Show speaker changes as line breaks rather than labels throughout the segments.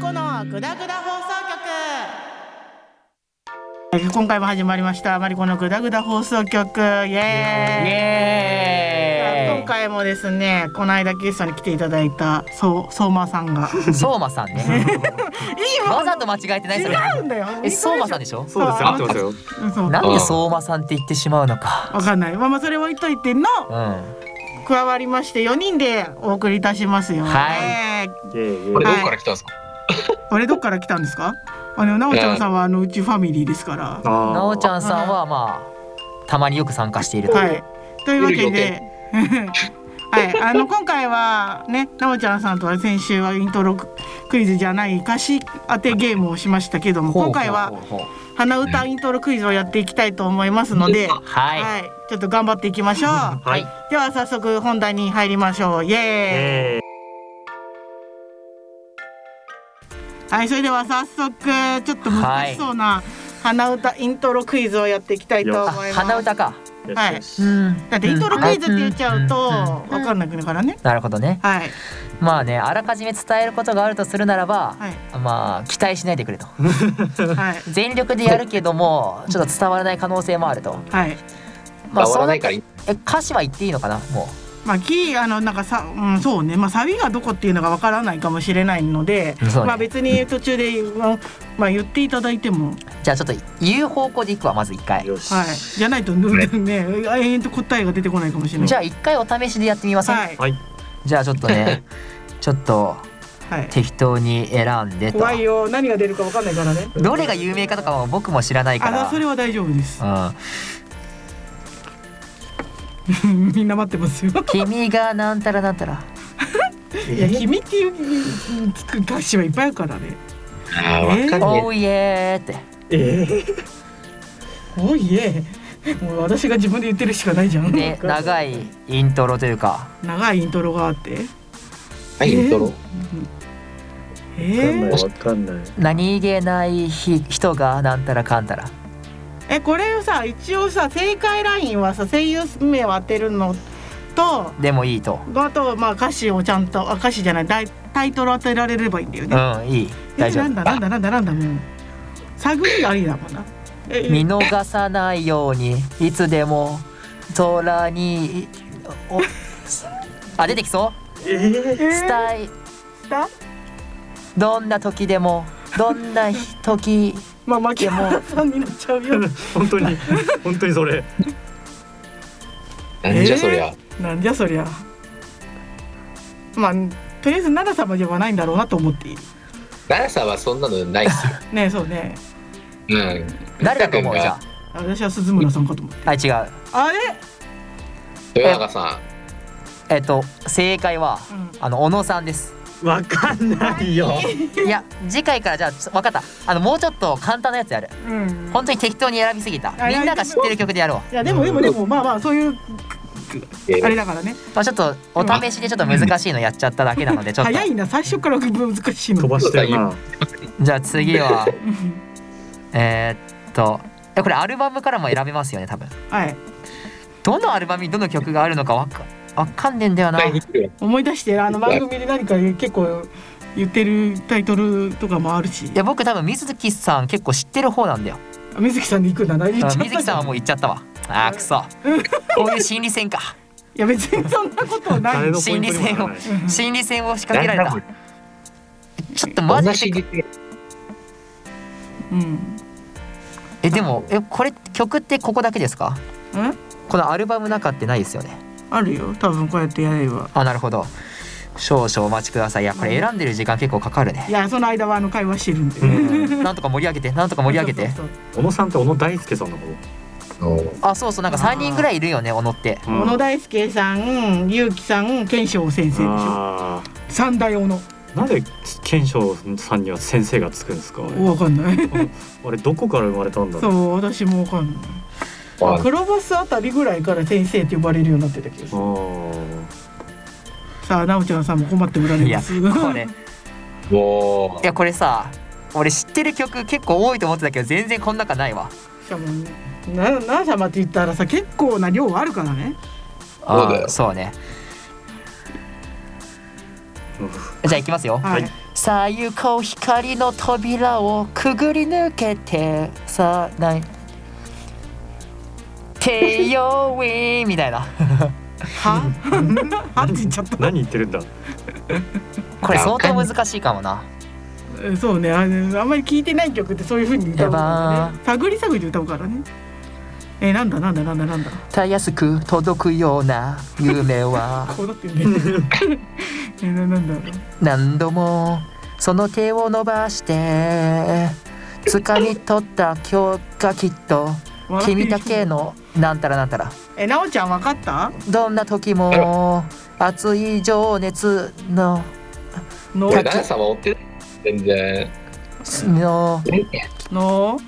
子のグダグダ放送局今回も始まりましたマリコのグダグダ放送局イエーイ今回もですねこの間ゲストに来ていただいたそう相馬さんがいい
相馬さんね。
も
わざと間違えてないそれ。
違うんだ よ
え、相馬さんでしょ。
そうですよ、合ってますよ。
うんそう
なんで相馬さんって言ってしまうのか。
わかんないまあまあそれ置いといての
うん。は
加わりまして4人でお送りいたしますよ
は
えー
こ
これ
れ
どこから来たんですか、
あれどっから来たんですかあのなおちゃんさんはあのうちファミリーですから
い。なおちゃ
ん。
んさんはまあたまによく参加していると。
はい。というわけ
見る
で、 はい、あの今回はね、なおちゃんさんとは先週はイントロクイズじゃない歌詞当てゲームをしましたけども、
ほうほ
今
う
回は
ほうほ
鼻歌イントロクイズをやっていきたいと思いますので、
うは
はい、ちょっと頑張っていきましょう。
い。はい。
では早速本題に入りましょう。イエーイ。
え
はい、それでは早速ちょっと難しそうな鼻歌イントロクイズをやっていきたいと思い
あ
ます。
鼻歌か。
え
はい
よし
う
よし
ん
だってイントロクイズって言っちゃうと
んん
わ
ん
かんなくなるからね。
なるほどね。
はい。
まあね、あらかじめ伝えることがあるとするならば、
はい
まあ期待しないでくれと。
はい。
全力でやるけども、ちょっと伝わらない可能性もあると。
はい。
まあ
伝わらない
そうったえ、歌詞は言っていいのかな、も
まあ、キーあのなんかさ、うん、そうね、まあ、サビがどこっていうのがわからないかもしれないので、
う。そうね
まあ、別に途中で、まあまあ、言っていただいても、
じゃあちょっと言う方向でいくわまず一回
よし。
はい、じゃないと、 ね、永遠と答えが出てこないかもしれない。
じゃあ一回お試しでやってみません、
はい、
はい。
じゃあちょっ とねちょっと
はい、
適当に選んでと
怖いよ、何が出るかわかんないからね。
どれが有名かとかは僕も知らないか
あ、
ら
それは大丈夫です。
う
みんな待ってますよ。
ん、君がなんたらなんたら
いや、君っていう、つく歌詞はいっぱいあるからね。
あーわかんね
おういえーって
えー
おいえ。もう私が自分で言ってるしかないじゃん。
で長いイントロというか
長いイントロがあって。
はい、イントロ。
えー、
わかんない。
何気ない日人がなんたらかんたら
えこれをさ一応さ正解ラインはさ声優名を当てるのと
でもいいと
あとまあ歌詞をちゃんとあ歌詞じゃないタイタイトル当てられればいいんだよ
う
ね。
んいい
え
大丈
なんだなん
夫
だなんだなんだもう探りがありだもんな。え
見逃さないようにいつでも空におあ出てきそう
えー
伝え
した
どんな時でもどんな時
まあ牧原さんになっちゃうよ。
本当に、本当にそれ。
なんじゃそりゃ。
なんじゃそりゃ。まあとりあえず奈良様ではないんだろうなと思っている。
奈良さんはそんなのないっすよ。
ねそうね。
うん。
誰だと思うじゃ
私は鈴村さんかと思って。
ああ違う
あれ、
豊永さ
えっと正解は
うん
あの小野さんです
わかんないよ。
いや次回からじゃあ分かったあのもうちょっと簡単なやつやる
うん
本当に適当に選びすぎた
あ
みんなが知ってる曲でやろ
いやでもでもでもまあまあそういう
えー
あれだからね
う、まあ、ちょっとお試しでちょっと難しいのやっちゃっただけなのでちょっと
早いな最初から難しいの
飛ばしてるな。
じゃあ次は
うん
えーっとえこれアルバムからも選べますよね多分
はい
どのアルバムにどの曲があるのかわかわかんねえんだよ
ん。
な
第二期は
思い出してあの番組で何か結構言ってるタイトルとかもあるし
いや僕多分水木さん結構知ってる方なんだよ。
水木さんで行くんだな言っちゃ
あ
った
水木さんはもう言っちゃったわ。あーくそ。こういう心理戦か。
いや別にそんなことない
誰のポイントにもならない。
心理戦を仕掛けられた。ちょっとマ
同
ジ
じ
で。
日
うん
えでもえこれ曲ってここだけですか？
うん
このアルバム中ってないですよね。
あるよ多分こうやってやれば
あなるほど。少々お待ちください。いやこれ選んでる時間結構かかる
い
ね。
やその間はあの会話してるんで、
うんなんとか盛り上げて、なんとか盛り上げて
そ。うそう
小野さんって小野大輔さんのこ
の
あそうそうなんか三人ぐらいいるよね小野って。
と。
そう小野
大
大輔さん結城さん賢章先生でしょ
ああ。
三大小野
なんで賢章さんには先生がつくんですか。
わかん ない
あれどこから生まれたんだ
そ
ろう。
う私もわかんない
あ
黒バスあたりぐらいから先生って呼ばれるようになってたけどさあなおちゃんさんも困っておられ
い
ま
や
す
これ
も
いやこれさ。俺知ってる曲結構多いと思ってたけど全然こん中ないわ。
しかもなな様って言ったらさ結構な量あるからね
そうだよ
あーそうね。じゃあ行きますよ。
はい、
はい
さゆこう光の扉をくぐり抜けてさあないテヨウィンみたい な
はは って言っちゃった
何言ってるんだ
これ相当難しいかもな
うんそうねあのあんまり聞いてない曲ってそういう風に歌うから
やば
ね探り探りで歌うからねえーなんだなんだなんだなんだ
たやすく届くような夢は
こうなってる ねえーななんだろう
何度もその手を伸ばして掴み取った今日がきっと
笑ってる
君
人
だけのなんたらなんたら
えなおちゃんわかった
どんな時も熱い情熱の
の
俺、ダンさんは追ってない。全然。
の
の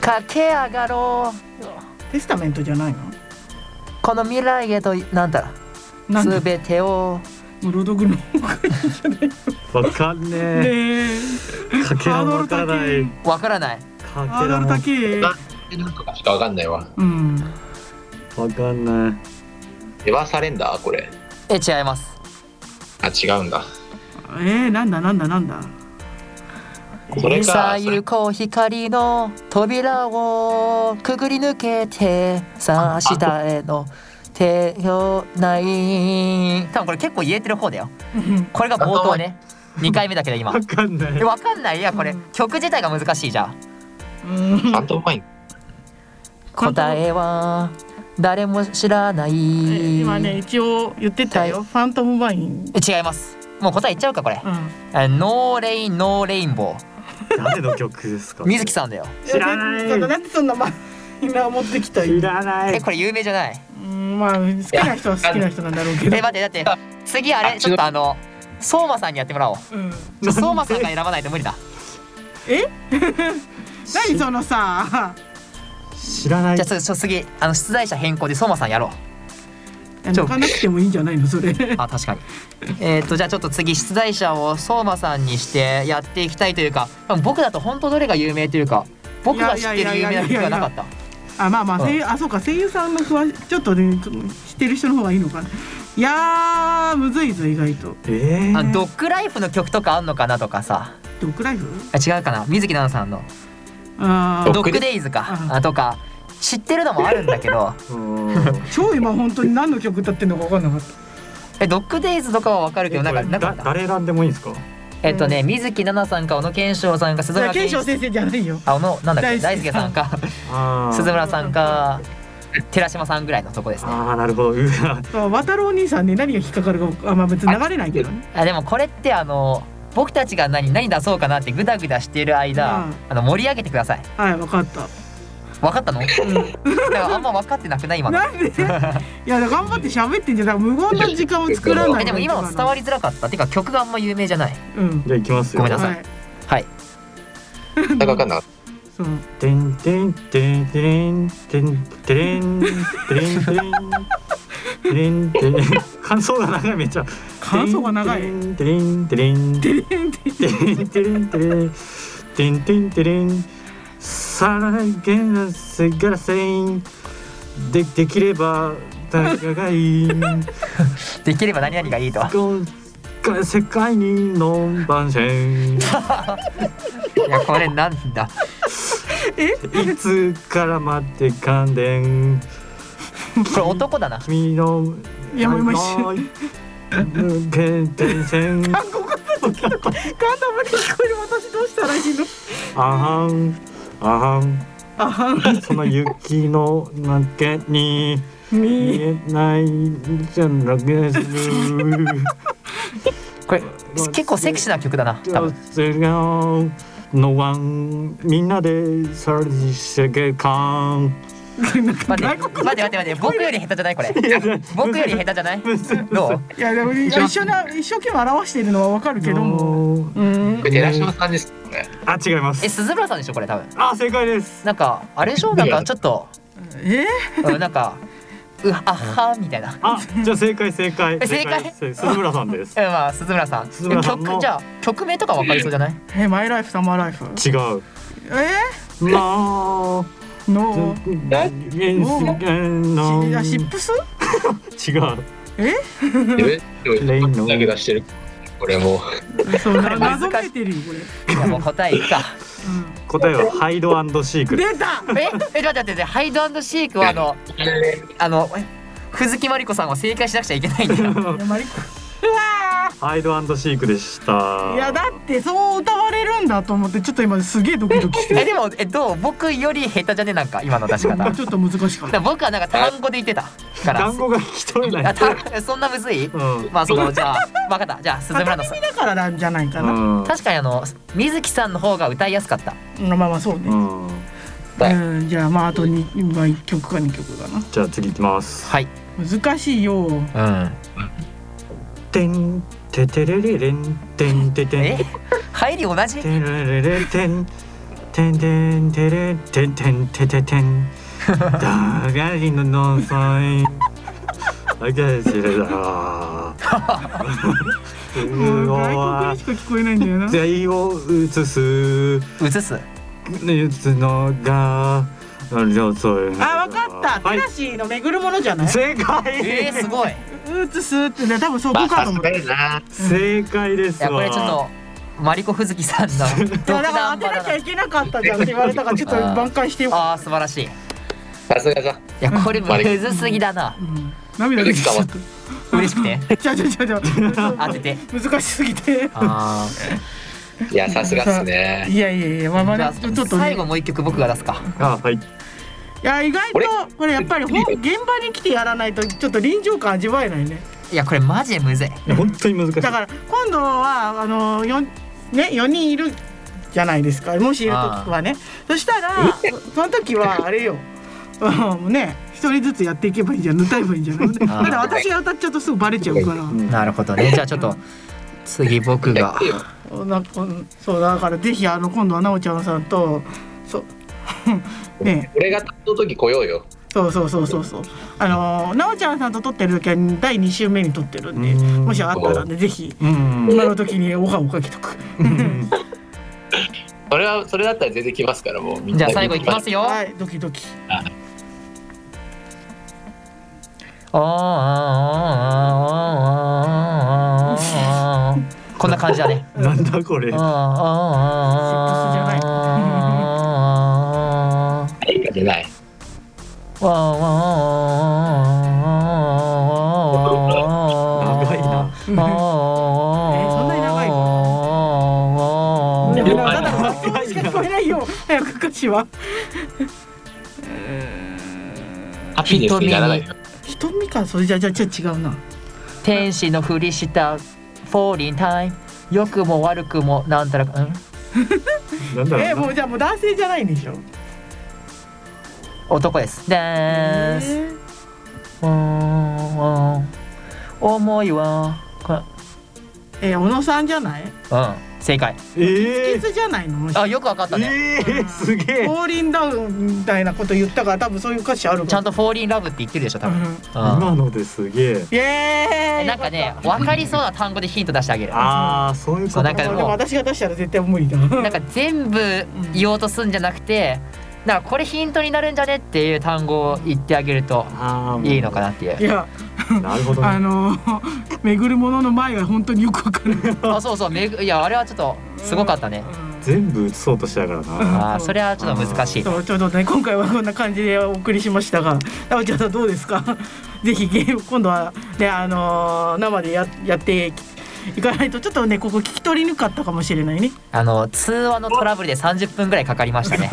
駆け上がろう
テスタメントじゃないの
この未来へとなんだ
なん
す
で
べてを
ブロドグの
わかんね
ね
え。
え
かけらもわからない。
わからない
か
ハ
け
ード
ら
ル
も
高い
なんとかしかわかんないわ。
うん
わかんない。
エヴァーサレンダーこれ。
え違います
あ、違うんだ。
えー、なんだなんだなんだ
それ
さ
か
あ、行こう光の扉をくぐり抜けてさあ下への手をない多分これ結構言えてる方だよこれが冒頭 ね2回目だけど今
わかんな
え
い。
わかんないいやこれ曲自体が難しいじゃん
うん
ファントムマイン。
答えは誰も知らない違い
今ね一応言ってたよ、
は
ファントムマイン、
ますもう答え言っちゃうかこれ
うん、
あノーレインノーレインボー
誰の曲ですか。
水木さんだよ
知らない
やそんなんでそんなまみんな持ってきたよ
知らな
え
い。
これ有名じゃない
うんまあ好きな人は好きな人なんだろうけど
え待ってだって次あれちょっとあの相馬さんにやってもらおう
うん、
ちょ相馬さんが選ばないと無理だ
え何そのさ
知らない
じゃあ。ちょちょ次あの出題者変更で相馬さんやろう
抜
ちょ
かなくてもいいんじゃないのそれ
あ確かにえっとじゃあちょっと次出題者を相馬さんにしてやっていきたいというか多分僕だと本当どれが有名というか僕が知ってる有名な曲はなかった
あまあまあ
うん
声優あそうか声優さんの詳しちょっとねちょっと知ってる人の方がいいのかないやーむずいぞ意外と
ええ。
あドッグライフの曲とかあんのかなとかさ
ドッグライフ
あ違うかな水木奈々さんの
あ
「
ー
ドッグデイズか」あとか知ってるのもあるんだけ ど
うん
超今本当に何の曲歌ってんのか分かんなかった
えドッグデイズとかは分かるけどなんか
え
な
これ
んか
だ誰選んでもいいんですか。
えっとね水木奈々さんか小野賢章さんか鈴
じゃ
村
あ賢
健
章
一
先生じゃないよ
あ小野なんだっけ大
大
輔
輔
さ
さ
ん
ん
か
ああ。
鈴村さんか寺島さんぐらいのとこですね
ああ、なるほど。うわ。
そう渡郎兄さんね何が引っかかるかあまあ別に流れないけどね
あでもこれってあの僕たちが何何出そうかなってグダグダしてる間、
うん
あの盛り上げてください
はい分かった、
分かっ たのだか
うん、
らあんま分かってなくない今の
なんで いや頑張って喋ってんじゃんだから無言の時間を作らない
えでも今も伝わ
り
りづらかったてか曲があんま有名じゃない
うん
じゃあ、行きますよ。
ごめんなさい
はい
はい
なんかわかんなかっ
そう
てんてんてんてんてんてんてんてんてんてんてん感想が長いめっちゃ
感想が長い
てんてんてんてんてんてんてんてんてんてんてんさらげなせがらせんでできれば長い
できれば何々がいいと
こん世界にの番宣
いやこれなんだ
いつから待って感電
これ男だな
君の
いやもう今一瞬
瞬限定線
ガンダムに聞こえる私どうしたらいいの
あはんあはん
あはん
その雪の中に見
み
えないじゃなくて
これ結構セクシーな曲だな多分
のワンみんなでさらに世界観
なんか
待って
外
待っ
国
て待って待って僕より下手じゃないこれ僕より下手じゃないどう
いやでもいや一緒な一生懸命表してるのはわかるけどもうん
た。寺島さんですね。
あ違います
え鈴村さんでしょこれ多分
あ正解です
なんかあれでしょなんかちょっと、
え
うん、なんかうあはみたいな
あじゃあ正解正解
え正解
正鈴村さんです
えまあ鈴村さん
鈴村さんの
曲じゃあ曲名とかわかりそうじゃない
えマイライフサマーライフ
違う
え
まあ
のいやシップス
違う。
え
レイの
レイの
投げ出してる。これも
そうな
難しい
謎めいてるよこれ、
じゃあもう答えいく か
う
答えはハイドシーク
ん、
ル
出た
ええちょっと待って待ってハイドシークはあのあのえ藤木真理子さんを正解しなくちゃいけないんだよ
いやマリコ
ハイドシークでした
いやだってそう歌われるんだと思ってちょっと今すげえドキドキして
えでもえどう僕より下手じゃねなんか今の出し方だか
ちょっと難しかった
ら 僕はなんか単語で言ってたから
単語が聞き取れな
あ
い
たそんなむずい
うん
まあそのじゃあ分かったじゃあ鈴村のさん
だからなんじゃないか
う
な、
ん
確かにあの水木さんの方が歌いやすかった
まあまあそうね、
うん
はい
うん、じゃあまああとにまあ1曲か2曲だな
じゃあ次いきます
はい
難しいよ
うん
てんててれれれんてんてて
え
ん
入り同じ
てれれれてんてんてんてれてんてんてててんだがりののんさいあげしれだ す
もう
ご
外国に
い
しか聞こえないんだよな
愛を移す
映す
移すのが両そう
あ分かった、
はい
手出しの巡るものじゃない
正解
えー、すごいい
うんつすってね多分そこ
まあ
か
さ
と
す
思う、
がやな
正解です
や
わ
これちょっとマリコフズキさん の独
いやだから
断
当てな
バ
きゃ
ナ
いけなかったじゃんって言われたからちょっと挽回してよか
あー素晴らしいい
さすがだ
やこれむずすぎだな
った、うん、涙出てきちゃっ
嬉しくて
たちゃちゃちゃちゃ
当てて
難しすぎて
あ
いやさすがっすね
いやいやいやまあま
あじゃ
あ
あ
ちょっとね
最後もう一曲僕が出すか
あはい
いや意外
これ
とこれやっぱり本現場に来てやらないとちょっと臨場感味わえないね
いやこれマジでむずい
本当に難しい
だから今度はあのよんね4人いるじゃないですかもしいる時はねそしたらその時はあれようんね一人ずつやっていけばいいじゃん歌えばいいんじゃないだから私が歌っちゃうとすぐバレちゃうから
うん
なるほどねじゃあちょっと次僕が
いいよ
そうなこんそうだからぜひあの今度は奈緒ちゃんさんとそう ね
俺が担当の時来ようよ
そうそうそうそうそう。あのー、なおちゃんさんと撮ってる時は第二週目に撮ってるんで、
うん
もしあったらね、ぜひ。
うん
今の時にオファーをかけとく。
それはそれだったら全然来ますからもうみん
じ
な
ゃあ最後いきますよ
はい、ドキドキ。
こんな感じだね。
なんだこれ
いいかじゃない
長
長いな
え、そんなに長いの。
い
た
や
だから、そこしか聞こえないよ。早く歌詞は。
ハッピーネスにならないよ
瞳か、それじゃ、じゃ、じゃ、違うな。
天使のふりしたフォーリンタイム良くも悪くもなんたらか、うん、
なんだ
え、
ろ
も
う
う、じゃ、もう男性じゃないんでしょ
男です。でーす。
え
うんうん思いはこ
ー、小野さんじゃない。
うん正解
キ
え
ズじゃないの。もし
あよくわかったね、
ええすげえ
フォーリンダウンみたいなこと言ったから、多分そういう歌詞ある
ちゃ
か
んと「フォーリンラブ」って言ってるでしょ多
ら。
分、
うん
うん
今のですげえ
イエーイ。
なんかね分かりそうな単語でヒント出してあげるな
ああそういうこ
そ
と
うな
よかった。そう
んかもう
でも私が出したら絶対無理だ。
んか全部言おうとすんじゃなくてなんかこれヒントになるんじゃねっていう単語を言ってあげると
あー
いいのかなってい
いうや。
なるほど
あ
ね
の ー、巡るものの前が本当によくわかんない。
あそうそうめぐいやあれはちょっとすごかったね
全部移そうとしたからな
あーそれはちょっと難し い
そうちょうどね今回はこんな感じでお送りしましたが、なおちゃんさんどうですか？ ぜひゲーム今度はねあのー、生でややっていかないとちょっとねここ聞き取りにくかったかもしれないね。
あの通話のトラブルで30分ぐらいかかりましたね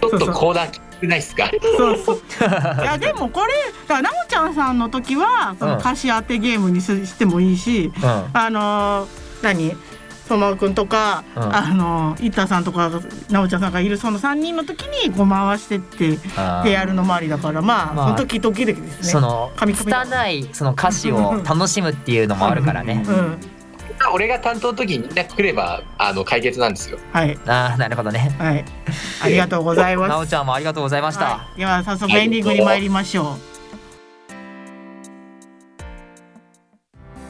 ちょっとコーナー聞てないっすか
そうそう。いやでもこれだからなおちゃんさんの時はその歌詞当てゲームにすしてもいいし、
うん
あのー、何相馬くんとか、
うん
あのー、イッターさんとかなおちゃんさんがいるその3人の時にこう回してって
あ
でや
ー
るのもありだからまあ、
まあ
その時々々ですね。
その
噛み噛みだ
拙いその歌詞を楽しむっていうのもあるからね
うん、
俺が担当の時にみんな来ればあの解決なんですよ
はい
ああなるほどね
はいありがとうございます。
なおちゃんもありがとうございました、
はい、では早速エンディングに参りましょう。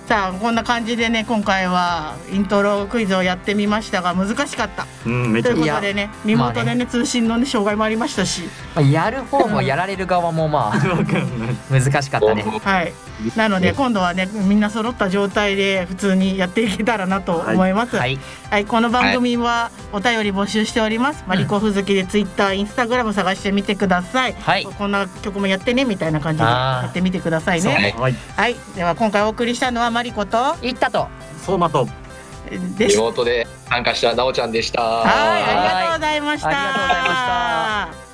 さあこんな感じでね今回はイントロクイズをやってみましたが難しかった
うんめっち
とい
ゃ
うことでねリモートでね,、
ま
通信の、ね、障害もありましたし
まあやる方もやられる側もまあ
わかんない
難しかったね
もう
はいなので今度はねみんな揃った状態で普通にやっていけたらなと思います。
はい
はい、この番組はお便り募集しております。マリコふずきでツイッター、インスタグラム探してみてください。
はい
こんな曲もやってねみたいな感じで
あー
やってみてください
そう
ね。
ね
はい
はい、では今回お送りしたのはマリコと
行ったと
相馬と
で
リ
した。
モートで参加したなおちゃんでした。
はい、ありがとうございました。
はいありがとうございました